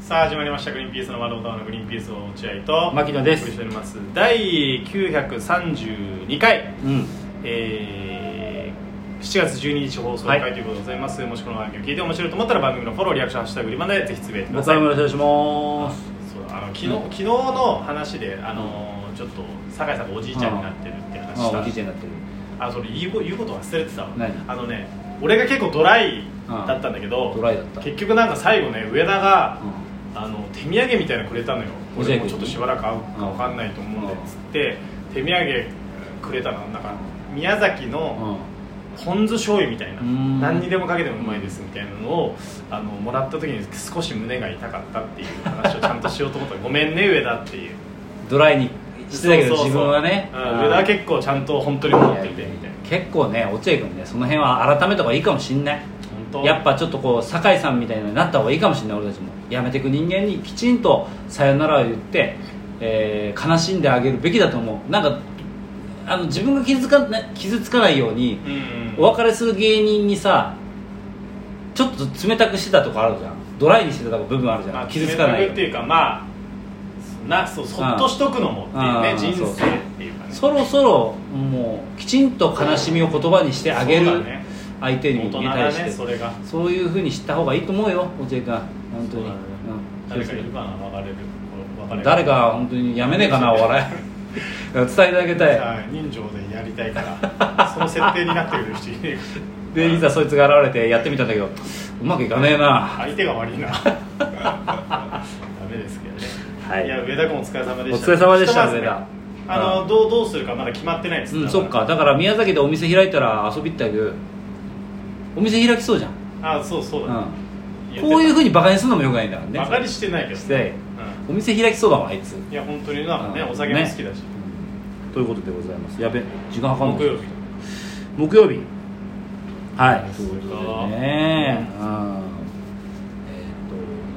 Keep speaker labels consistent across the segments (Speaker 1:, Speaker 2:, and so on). Speaker 1: さあ始まりました「グリーンピースの窓タワーのグリーンピース落合」と
Speaker 2: 牧野です
Speaker 1: お送りしております第932回、
Speaker 2: うん
Speaker 1: えー7月12日放送
Speaker 2: は
Speaker 1: 回
Speaker 2: い
Speaker 1: ということでございます、もしこの番組を聞いて面白いと思ったら番組のフォローリアクション「ハッシュタググリマン」でぜひつぶやいてくだ
Speaker 2: 僕
Speaker 1: さ
Speaker 2: はいお願いします
Speaker 1: そうあの昨日昨日の話であのーちょっと酒井さんがおじいちゃんになってるって話
Speaker 2: あ
Speaker 1: した
Speaker 2: おじいちゃんになってる
Speaker 1: あそれ言うこ言うこと忘れてたわ
Speaker 2: 何
Speaker 1: あのね俺が結構ドライだったんだけど、
Speaker 2: ドライだった
Speaker 1: 結局なんか最後ね上田が、
Speaker 2: う
Speaker 1: あの手土産みたいなのくれたのよ
Speaker 2: おじゃ
Speaker 1: 俺
Speaker 2: ん
Speaker 1: もちょっとしばらく会うか分かんないと思うんで
Speaker 2: うん
Speaker 1: つって手土産くれたのなんか宮崎の
Speaker 2: ん
Speaker 1: ポン酢醤油みたいな
Speaker 2: うん
Speaker 1: 何にでもかけてもうまいですみたいなのをあのもらった時に少し胸が痛かったっていう話をちゃんとしようと思ったらごめんね上田っていう
Speaker 2: ドライにしてたけ
Speaker 1: そ
Speaker 2: ど
Speaker 1: うそうそう
Speaker 2: 自分はね
Speaker 1: うん上田は結構ちゃんと本当に思っててみたいな
Speaker 2: 結構ね落合君ねその辺は改めた方がいいかもしんない
Speaker 1: 本当
Speaker 2: やっぱちょっとこう酒井さんみたいなのになった方がいいかもしれない俺たちもやめてく人間にきちんとさよならを言って、えー悲しんであげるべきだと思うなんかあの自分が傷つかな傷つかないように
Speaker 1: うんうん
Speaker 2: お別れする芸人にさちょっと冷たくしてたとこあるじゃんドライにしてた部分あるじゃ
Speaker 1: まあ、
Speaker 2: ん傷つかない
Speaker 1: 冷
Speaker 2: よ
Speaker 1: た
Speaker 2: う
Speaker 1: くって
Speaker 2: に
Speaker 1: いうかまあなそうそっとしとくのもっていうね
Speaker 2: うん
Speaker 1: 人
Speaker 2: そう
Speaker 1: 生っていうかね
Speaker 2: そろそろもうきちんと悲しみを言葉にしてあげ
Speaker 1: そう
Speaker 2: る
Speaker 1: だね
Speaker 2: 相手に
Speaker 1: 大人だ
Speaker 2: 対して
Speaker 1: ねそれが
Speaker 2: そういうふうに知った方がいいと思うよ落合君本当
Speaker 1: そう
Speaker 2: に
Speaker 1: だね
Speaker 2: うん
Speaker 1: 誰かいるかな別れる別れる
Speaker 2: 誰か本当にやめねえかなお笑 い伝えてあげたい
Speaker 1: さあ人情でやりたいから その設定になってくる人いねえか
Speaker 2: でいざそいつが現れてやってみたんだけどうまくいかねえな
Speaker 1: 相手が悪い なダメですけどね、
Speaker 2: はい
Speaker 1: や上田君お疲れ様でした
Speaker 2: お疲れ様でした
Speaker 1: ひとまずね
Speaker 2: 上田
Speaker 1: あのどうどうするかまだ決まってないです
Speaker 2: うんそっかだから宮崎でお店開いたら遊び行ってあげるお店開きそうじゃん、
Speaker 1: あそうそうだ、
Speaker 2: うん、
Speaker 1: 言ってた
Speaker 2: こういうふうにバカにするのもよくないんだからね
Speaker 1: バカにしてないけど
Speaker 2: して
Speaker 1: う
Speaker 2: お店開きそうだわあいつ
Speaker 1: んいや本当になんかね
Speaker 2: うん
Speaker 1: お酒も好きだし、
Speaker 2: ということでございますやべ時間かかんな
Speaker 1: 木
Speaker 2: い
Speaker 1: 曜日
Speaker 2: 木曜日はい
Speaker 1: そうか
Speaker 2: ということでねうんえーっ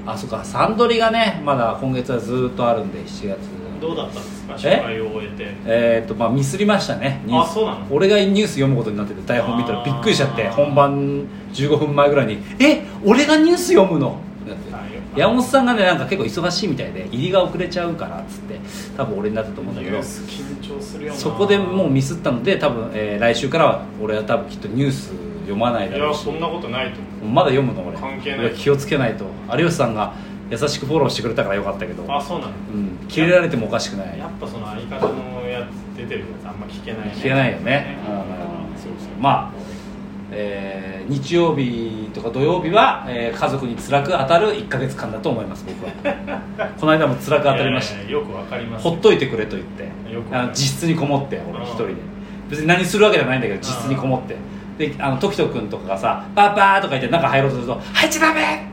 Speaker 2: とあそっかサンドリがねまだ今月はずーっとあるんで7月
Speaker 1: どうだったんですか失敗を終えて
Speaker 2: えーっとまあミスりましたねニュース
Speaker 1: あそうなの
Speaker 2: 俺がニュース読むことになってて台本見たらびっくりしちゃって
Speaker 1: あー
Speaker 2: 本番15分前ぐらいに「え俺がニュース読むの?」ってなって
Speaker 1: あよかった
Speaker 2: 山本さんがねなんか結構忙しいみたいで入りが遅れちゃうからっつって多分俺になったと思うんだ
Speaker 1: ニ
Speaker 2: け
Speaker 1: ュ
Speaker 2: ど
Speaker 1: ース緊張するよな
Speaker 2: そこでもうミスったので多分、えー来週からは俺は多分きっとニュース読まない
Speaker 1: い
Speaker 2: だろ
Speaker 1: や
Speaker 2: うし
Speaker 1: そんなことないと思
Speaker 2: まだ読むの俺
Speaker 1: 関係ない
Speaker 2: 俺気をつけないと有吉さんが優しくフォローしてくれたからよかったけど
Speaker 1: うあそうなの
Speaker 2: うん切れられてもおかしくない
Speaker 1: やっぱその相方のやつ出てるやつあんま聞けないね
Speaker 2: 聞けないよね
Speaker 1: ね
Speaker 2: うんそうそうまあ、えー日曜日とか土曜日は、えー家族に辛く当たる1か月間だと思います僕 はこの間も辛く当たりました
Speaker 1: いやいやよくわかります
Speaker 2: ほっといてくれと言って
Speaker 1: よく
Speaker 2: あの自室にこもって俺
Speaker 1: うん
Speaker 2: 一人で別に何するわけじゃないんだけど
Speaker 1: ん
Speaker 2: 自室にこもってであの時人君とかがさ「パパ」とか言って中入ろうとすると「入っちゃダメ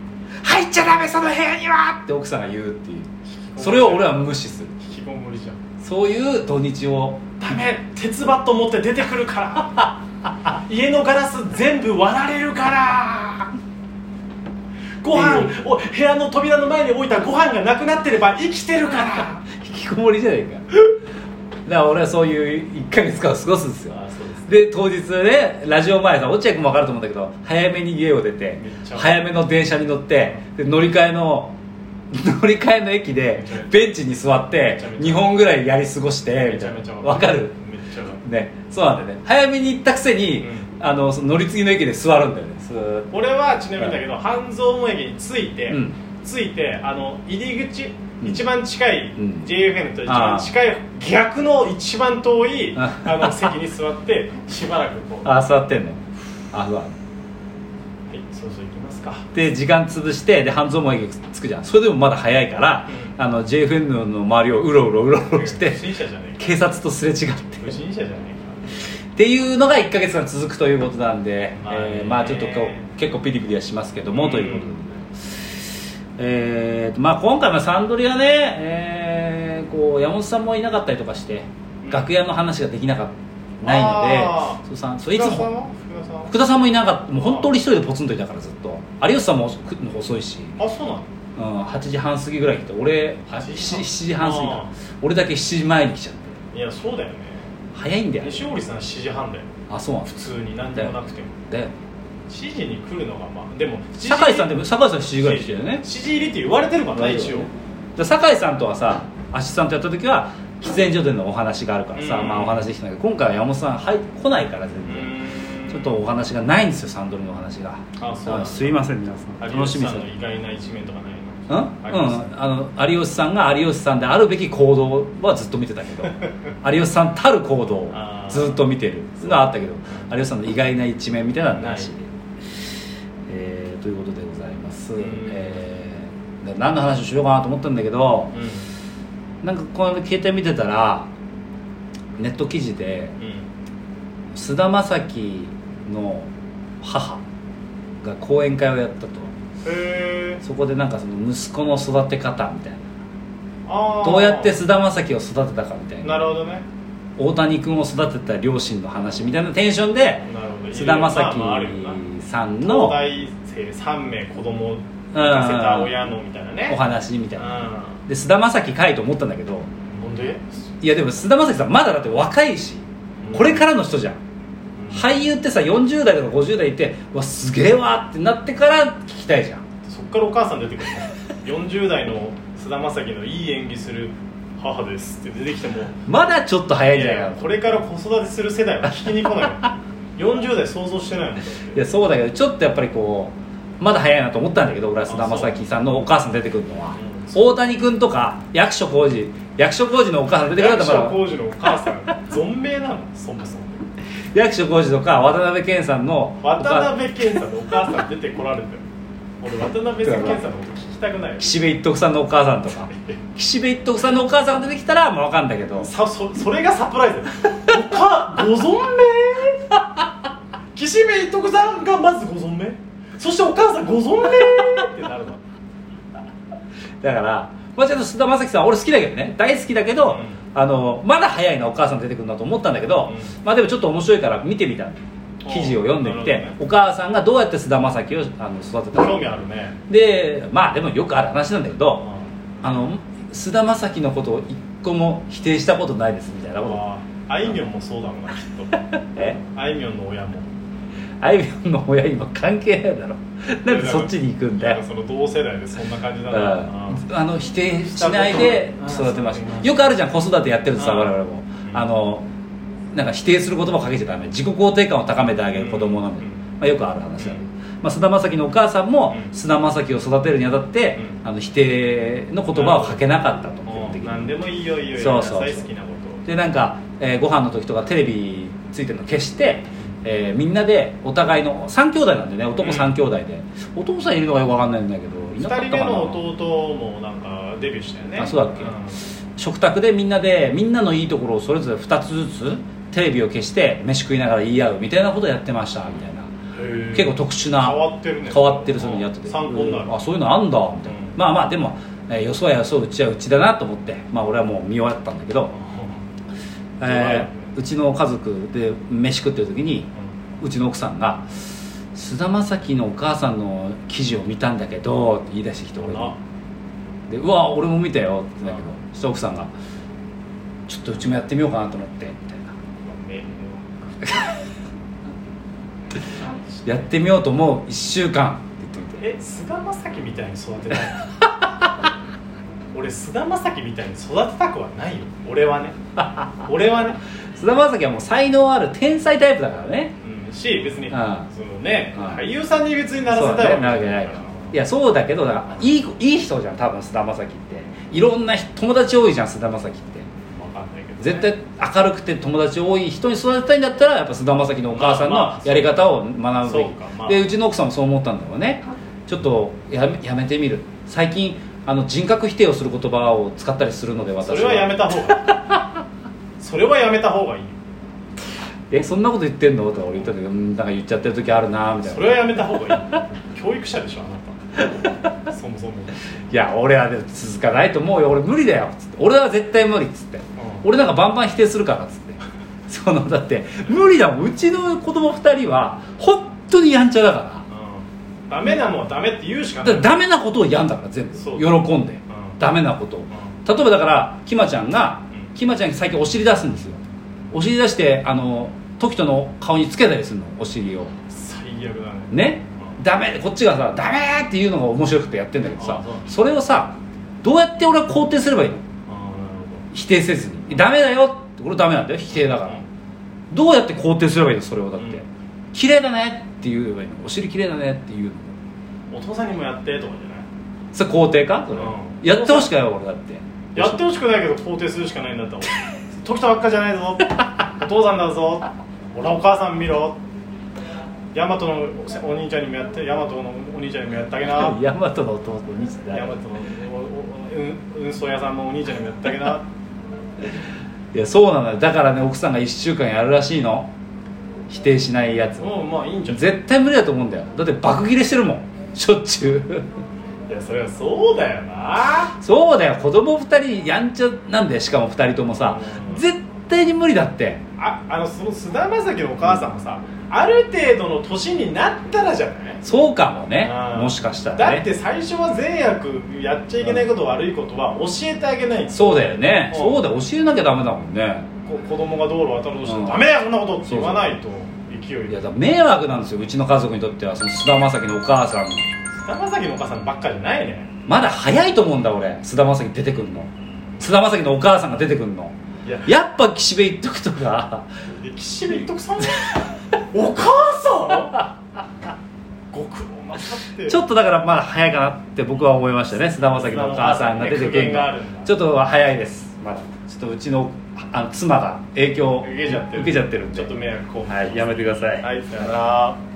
Speaker 2: 入っちゃダメその部屋には!」って奥さんが言うっていうそれを俺は無視する
Speaker 1: 引きこもりじゃん
Speaker 2: そういう土日を
Speaker 1: ダメ鉄バット持って出てくるから 家のガラス全部割られる からご飯を部屋の扉の前に置いたご飯がなくなってれば生きてるから
Speaker 2: 引きこもりじゃないかだから俺はそういう1か月間を過ごすんですよ
Speaker 1: そうです
Speaker 2: で当日ねラジオ前さ落合君も分かると思うんだけど早めに家を出て
Speaker 1: めっちゃ
Speaker 2: 早めの電車に乗ってで乗り換えの乗り換えの駅でベンチに座って
Speaker 1: ちゃめちゃ
Speaker 2: 2本ぐらいやり過ごしてみ
Speaker 1: めち
Speaker 2: た
Speaker 1: ゃ
Speaker 2: い
Speaker 1: めちゃ
Speaker 2: な分かる
Speaker 1: めっちゃわかる
Speaker 2: ねそうなんだよね早めに行ったくせに、
Speaker 1: う
Speaker 2: あのその乗り継ぎの駅で座るんだよねスーッと
Speaker 1: 俺はちなみにだけど半蔵門駅に着いて、
Speaker 2: うん
Speaker 1: 着いてあの入り口、
Speaker 2: うん
Speaker 1: 一番近い、
Speaker 2: うん
Speaker 1: JFN と一番近い逆の一番遠い
Speaker 2: あ
Speaker 1: あの席に座 ってしばらくこうは
Speaker 2: あ座ってんのあそうなんだ
Speaker 1: いそうそう行きますか
Speaker 2: で時間潰してで半蔵門駅着くじゃんそれでもまだ早いから、
Speaker 1: うん
Speaker 2: あの JFN の周りをうろうろうろうろして
Speaker 1: 不審者じゃねえか
Speaker 2: 警察とすれ違って
Speaker 1: 不審者じゃね
Speaker 2: っていうのが1か月間続くということなんで、
Speaker 1: まあね
Speaker 2: えーまあちょっとこう結構ピリピリはしますけども、
Speaker 1: うん
Speaker 2: ということで、えーとまあ、今回はサンドリはね、えーこう山本さんもいなかったりとかして、
Speaker 1: うん
Speaker 2: 楽屋の話ができなかったない
Speaker 1: あ
Speaker 2: の
Speaker 1: ー
Speaker 2: でそうさんそう
Speaker 1: え
Speaker 2: い
Speaker 1: か
Speaker 2: つ
Speaker 1: 福田さん
Speaker 2: も
Speaker 1: は福田さんは
Speaker 2: 福田さんもいなかったもう本当に一人でポツンといたからずっと有吉さんも来るの遅いし、
Speaker 1: あそうなの
Speaker 2: うん、8時半過ぎぐらいに来て俺
Speaker 1: 8
Speaker 2: 7,
Speaker 1: 時
Speaker 2: 時半過ぎか
Speaker 1: あ
Speaker 2: な俺だけ7時前に来ちゃって
Speaker 1: いやそうだよね
Speaker 2: 早いんだよ
Speaker 1: 西堀さん7時半だよ
Speaker 2: あそうなん
Speaker 1: 普通に何でもなくても
Speaker 2: だよ
Speaker 1: 7時に来るのがまあでも7時
Speaker 2: 酒井さんでも酒井さん7時ぐらいに来てるよね
Speaker 1: 7時入りって言われてるからね一応
Speaker 2: で酒井さんとはさアシスタントやった時は喫煙所でのお話があるからさ、
Speaker 1: うん
Speaker 2: まあお話できたんだけど今回は山本さん入来ないから全然ちょっとお話がないんですよサンドリのお話が
Speaker 1: あそうなんだ
Speaker 2: すいません皆さん楽
Speaker 1: 楽
Speaker 2: し
Speaker 1: しみ
Speaker 2: みで
Speaker 1: さ
Speaker 2: す
Speaker 1: ん
Speaker 2: よ
Speaker 1: の意外な一面とかないの
Speaker 2: うん、うん、あの有吉さんが有吉さんであるべき行動はずっと見てたけ ど有吉さんたる行動を
Speaker 1: あー
Speaker 2: ずっと見てるのはあったけど有吉さんの意外な一面みたいなのはなし
Speaker 1: ない
Speaker 2: えーということでございます、
Speaker 1: うん
Speaker 2: えー何の話をしようかなと思ったんだけど
Speaker 1: うん
Speaker 2: なんかこの間携帯見てたらネット記事で
Speaker 1: うん
Speaker 2: 菅田将暉の母が講演会をやったと
Speaker 1: へえ
Speaker 2: そこでなんかその息子の育て方みたいな
Speaker 1: あー
Speaker 2: どうやって菅田将暉を育てたかみたいな
Speaker 1: なるほどね
Speaker 2: 大谷君を育てた両親の話みたいなテンションで
Speaker 1: なるほど
Speaker 2: 菅田将
Speaker 1: まあまああるよな
Speaker 2: 暉さん
Speaker 1: 東
Speaker 2: の
Speaker 1: 大生3名子供を生かせた親のみたいなね
Speaker 2: お話みた
Speaker 1: う
Speaker 2: い
Speaker 1: ん
Speaker 2: なで菅田将暉かいと思ったんだけど
Speaker 1: ほんで
Speaker 2: いやでも菅田将暉さんまだだって若いしこれからの人じゃん
Speaker 1: い
Speaker 2: 俳優ってさ40代とか50代いてうわすげえわってなってから聞きたいじゃん
Speaker 1: そっからお母さん出てくるの40代の菅田将暉のいい演技する母ですって出てきても
Speaker 2: まだちょっと早いんじゃないかなと
Speaker 1: これから子育てする世代は聞きに来ないよ40代想像してないもんだって
Speaker 2: いやそうだけどちょっとやっぱりこうまだ早いなと思ったんだけど俺は菅田将暉さんのお母さん出てくるのは
Speaker 1: うん
Speaker 2: 大谷君とか役所広司役所広司のお母さん出てくるんだ
Speaker 1: 役
Speaker 2: ったらま
Speaker 1: 所
Speaker 2: だ
Speaker 1: 広司のお母さん存命なのそもそも
Speaker 2: 役所広司とか渡辺謙さんのお母
Speaker 1: 渡辺謙さんのお母さん出てこられてる俺渡辺謙さんのこと聞きたくないよ
Speaker 2: 岸辺一徳さんのお母さんとか岸辺一徳さんのお母さんが出てきたらまあ分かんだけど
Speaker 1: さそそれがサプライズだよおかご存命岸辺一徳さんがまずご存命そしてお母さんご存命ってなるの
Speaker 2: だからまあちょっと菅田将暉さん俺好きだけどね大好きだけど、
Speaker 1: うん
Speaker 2: あのまだ早いなお母さん出てくるなと思ったんだけど、
Speaker 1: う
Speaker 2: まあでもちょっと面白いから見てみた記事を読んでみ
Speaker 1: な
Speaker 2: て、
Speaker 1: るほ
Speaker 2: お母さんがどうやって菅田将暉をあの育てたの
Speaker 1: 興味あるね
Speaker 2: でまあでもよくある話なんだけ
Speaker 1: う
Speaker 2: ど
Speaker 1: ん
Speaker 2: あの菅田将暉のことを一個も否定したことないですみたいなこ
Speaker 1: あーあいみょんもそうだろうなきっ
Speaker 2: とえ
Speaker 1: とあいみょんの親も
Speaker 2: あいみょんの親今関係ない だろなんでそっちに行くんだ
Speaker 1: なん
Speaker 2: よ
Speaker 1: かその同世代でそんな感じ
Speaker 2: う
Speaker 1: なん
Speaker 2: ん
Speaker 1: だろうな
Speaker 2: あの否定しないで育てましたよくあるじゃん子育てやってるとさ
Speaker 1: うん
Speaker 2: 我々もあのなんか否定する言葉かけちゃダメ自己肯定感を高めてあげる子供なんで、
Speaker 1: うん
Speaker 2: まあ、よくある話だけど
Speaker 1: うん
Speaker 2: まあ、菅田将暉のお母さんも
Speaker 1: うん
Speaker 2: 菅田将暉を育てるにあたって、あの否定の言葉をかけなかったと基本
Speaker 1: う
Speaker 2: 的
Speaker 1: ん
Speaker 2: に
Speaker 1: 何でもいいよいいよ
Speaker 2: そうそうそ
Speaker 1: や
Speaker 2: う
Speaker 1: りなさい好きなこと
Speaker 2: でなんか、えーご飯の時とかテレビついてるの消して、えーみんなでお互いの3兄弟なんでね男3兄弟で、お父さんいるのがよくわかんないんだけどいなかっ
Speaker 1: 2
Speaker 2: た
Speaker 1: 人
Speaker 2: か
Speaker 1: 目
Speaker 2: な
Speaker 1: の弟もなんかデビューしたよね
Speaker 2: あそうだっけ
Speaker 1: ん
Speaker 2: 食卓でみんなでみんなのいいところをそれぞれ2つずつテレビを消して飯食いながら言い合うみたいなことやってましたみたいな
Speaker 1: へー
Speaker 2: 結構特殊な
Speaker 1: 変わってるね
Speaker 2: 変わってるそういうのやってて
Speaker 1: うん参考になる
Speaker 2: うんあそういうのあんだみたいな、
Speaker 1: うん
Speaker 2: まあまあでも、えーよそはよそううちはうちだなと思ってまあ俺はもう見終わったんだけど、えーうちの家族で飯食ってる時にうちの奥さんが「菅田将暉のお母さんの記事を見たんだけど」って言い出してきて
Speaker 1: うん
Speaker 2: 俺
Speaker 1: な
Speaker 2: に「でうわ俺も見たよ」って言ったけどそしたら奥さんが「ちょっとうちもやってみようかなと思って」みたいな
Speaker 1: め
Speaker 2: 「やってみようと思う1週間」って言ってみて
Speaker 1: え菅田将暉みたいに育てたい 俺菅田将暉みたいに育てたくはないよ俺はね俺はね
Speaker 2: 菅田将暉はもう才能ある天才タイプだからね
Speaker 1: うんし別に
Speaker 2: うん
Speaker 1: そのね
Speaker 2: うん
Speaker 1: 俳優さんに別になら
Speaker 2: そう
Speaker 1: せた
Speaker 2: だ
Speaker 1: い
Speaker 2: ねなわけないからいやそうだけどだからいいいい人じゃん多分菅田将暉っていろんな人友達多いじゃん菅田将暉って
Speaker 1: 分かんないけどね、
Speaker 2: 絶対明るくて友達多い人に育てたいんだったらやっぱ菅田将暉のお母さん
Speaker 1: まあま
Speaker 2: の
Speaker 1: あ
Speaker 2: やり方を学ぶべき
Speaker 1: そうかまあ
Speaker 2: でうちの奥さんもそう思ったんだろうねちょっとやめやめてみる最近あの人格否定をする言葉を使ったりするので私
Speaker 1: それはやめた方がいいそれはやめた方がいいよ
Speaker 2: えそんなこと言ってんのとか俺言ったんだけどうんなんか言っちゃってる時あるなみたい
Speaker 1: そ
Speaker 2: な
Speaker 1: れはやめた方がいい教育者でしょあなたそもそも
Speaker 2: いや俺はでも続かないと思うよ俺無理だよつって俺は絶対無理っつって、俺なんかバンバン否定するからっつって そのだって無理だもんうちの子供2人は本当にやんちゃだから
Speaker 1: うんダメなもんはダメって言うしか
Speaker 2: だ
Speaker 1: な
Speaker 2: か
Speaker 1: い
Speaker 2: らダメなことをやんだから全部喜
Speaker 1: そうん
Speaker 2: で、ダメなことを
Speaker 1: う
Speaker 2: 例えばだからきまちゃんが
Speaker 1: うん
Speaker 2: きまちゃん最近お尻出すんですよお尻出してあの時人の顔につけたりするのお尻を
Speaker 1: 最最悪だね
Speaker 2: ねダメこっちがさダメっていうのが面白くてやってんだけど
Speaker 1: あ
Speaker 2: さ
Speaker 1: そう
Speaker 2: それをさどうやって俺は肯定すればいいの
Speaker 1: ああなる
Speaker 2: 否定せずにダメだよって俺ダメなんだよ否定だ
Speaker 1: ほ
Speaker 2: か
Speaker 1: ど
Speaker 2: らどうやって肯定すればいいのそれをだって、
Speaker 1: うん
Speaker 2: 綺麗だねって言えばいいのお尻綺麗だねって言うの
Speaker 1: お父さんにもやってとかじゃない
Speaker 2: それ肯定かそれ、
Speaker 1: うん
Speaker 2: やってほしくないよ俺だって
Speaker 1: やってほしくないけど肯定するしかないんだったら 俺時田ばっかじゃないぞお父さんだぞほらお母さん見ろヤマトのお兄ちゃんにもやってヤマトのお兄ちゃんにもやってあげなヤマ
Speaker 2: ヤマトの弟にし
Speaker 1: ト
Speaker 2: て
Speaker 1: のおお運運送屋さんのお兄ちゃんにもやってあげ ない
Speaker 2: やそうなのよだからね奥さんが1週間やるらしいの否定しないやつ
Speaker 1: もうまあいいんじゃんい
Speaker 2: 絶対無理だと思うんだよだって爆切れしてるもんしょっちゅう
Speaker 1: やそれはそうだよな
Speaker 2: そうだよ子供2人やんちゃなんでしかも2人ともさ
Speaker 1: うん
Speaker 2: 絶対に無理だって
Speaker 1: ああのその菅田将暉のお母さんもさある程度の年になったらじゃない
Speaker 2: そうかもね
Speaker 1: うん
Speaker 2: もしかしたら
Speaker 1: だっ
Speaker 2: ね
Speaker 1: て最初は善悪やっちゃいけないこと悪いことは教えてあげないんです
Speaker 2: そうだよね
Speaker 1: うん
Speaker 2: そうだよ教えなきゃダメだもんね
Speaker 1: こ子供が道路を渡ろうとして
Speaker 2: うん
Speaker 1: も「ダメだよそんなこと!」って言わないと勢い
Speaker 2: い
Speaker 1: で
Speaker 2: やだから迷惑なんですようちの家族にとってはその菅田将暉のお母さん
Speaker 1: 菅田将暉のお母さんばっかじゃないね
Speaker 2: まだ早いと思うんだ俺菅田将暉出てくんの菅田将暉のお母さんが出てくんの
Speaker 1: いや
Speaker 2: やっぱ岸辺一徳と か
Speaker 1: 歴史部一徳さん お母さんご苦労なさって
Speaker 2: ちょっとだからまだ早いかなって僕は思いましたね菅田将暉のお母さんが出てくる
Speaker 1: 菅田将暉ね苦言があるんだ
Speaker 2: のちょっと早いですまだちょっとうちのあの妻が影響を
Speaker 1: 受けちゃってる
Speaker 2: 受けちゃってるんで
Speaker 1: ちょっと迷惑こう
Speaker 2: はいやめてください
Speaker 1: はいさよなら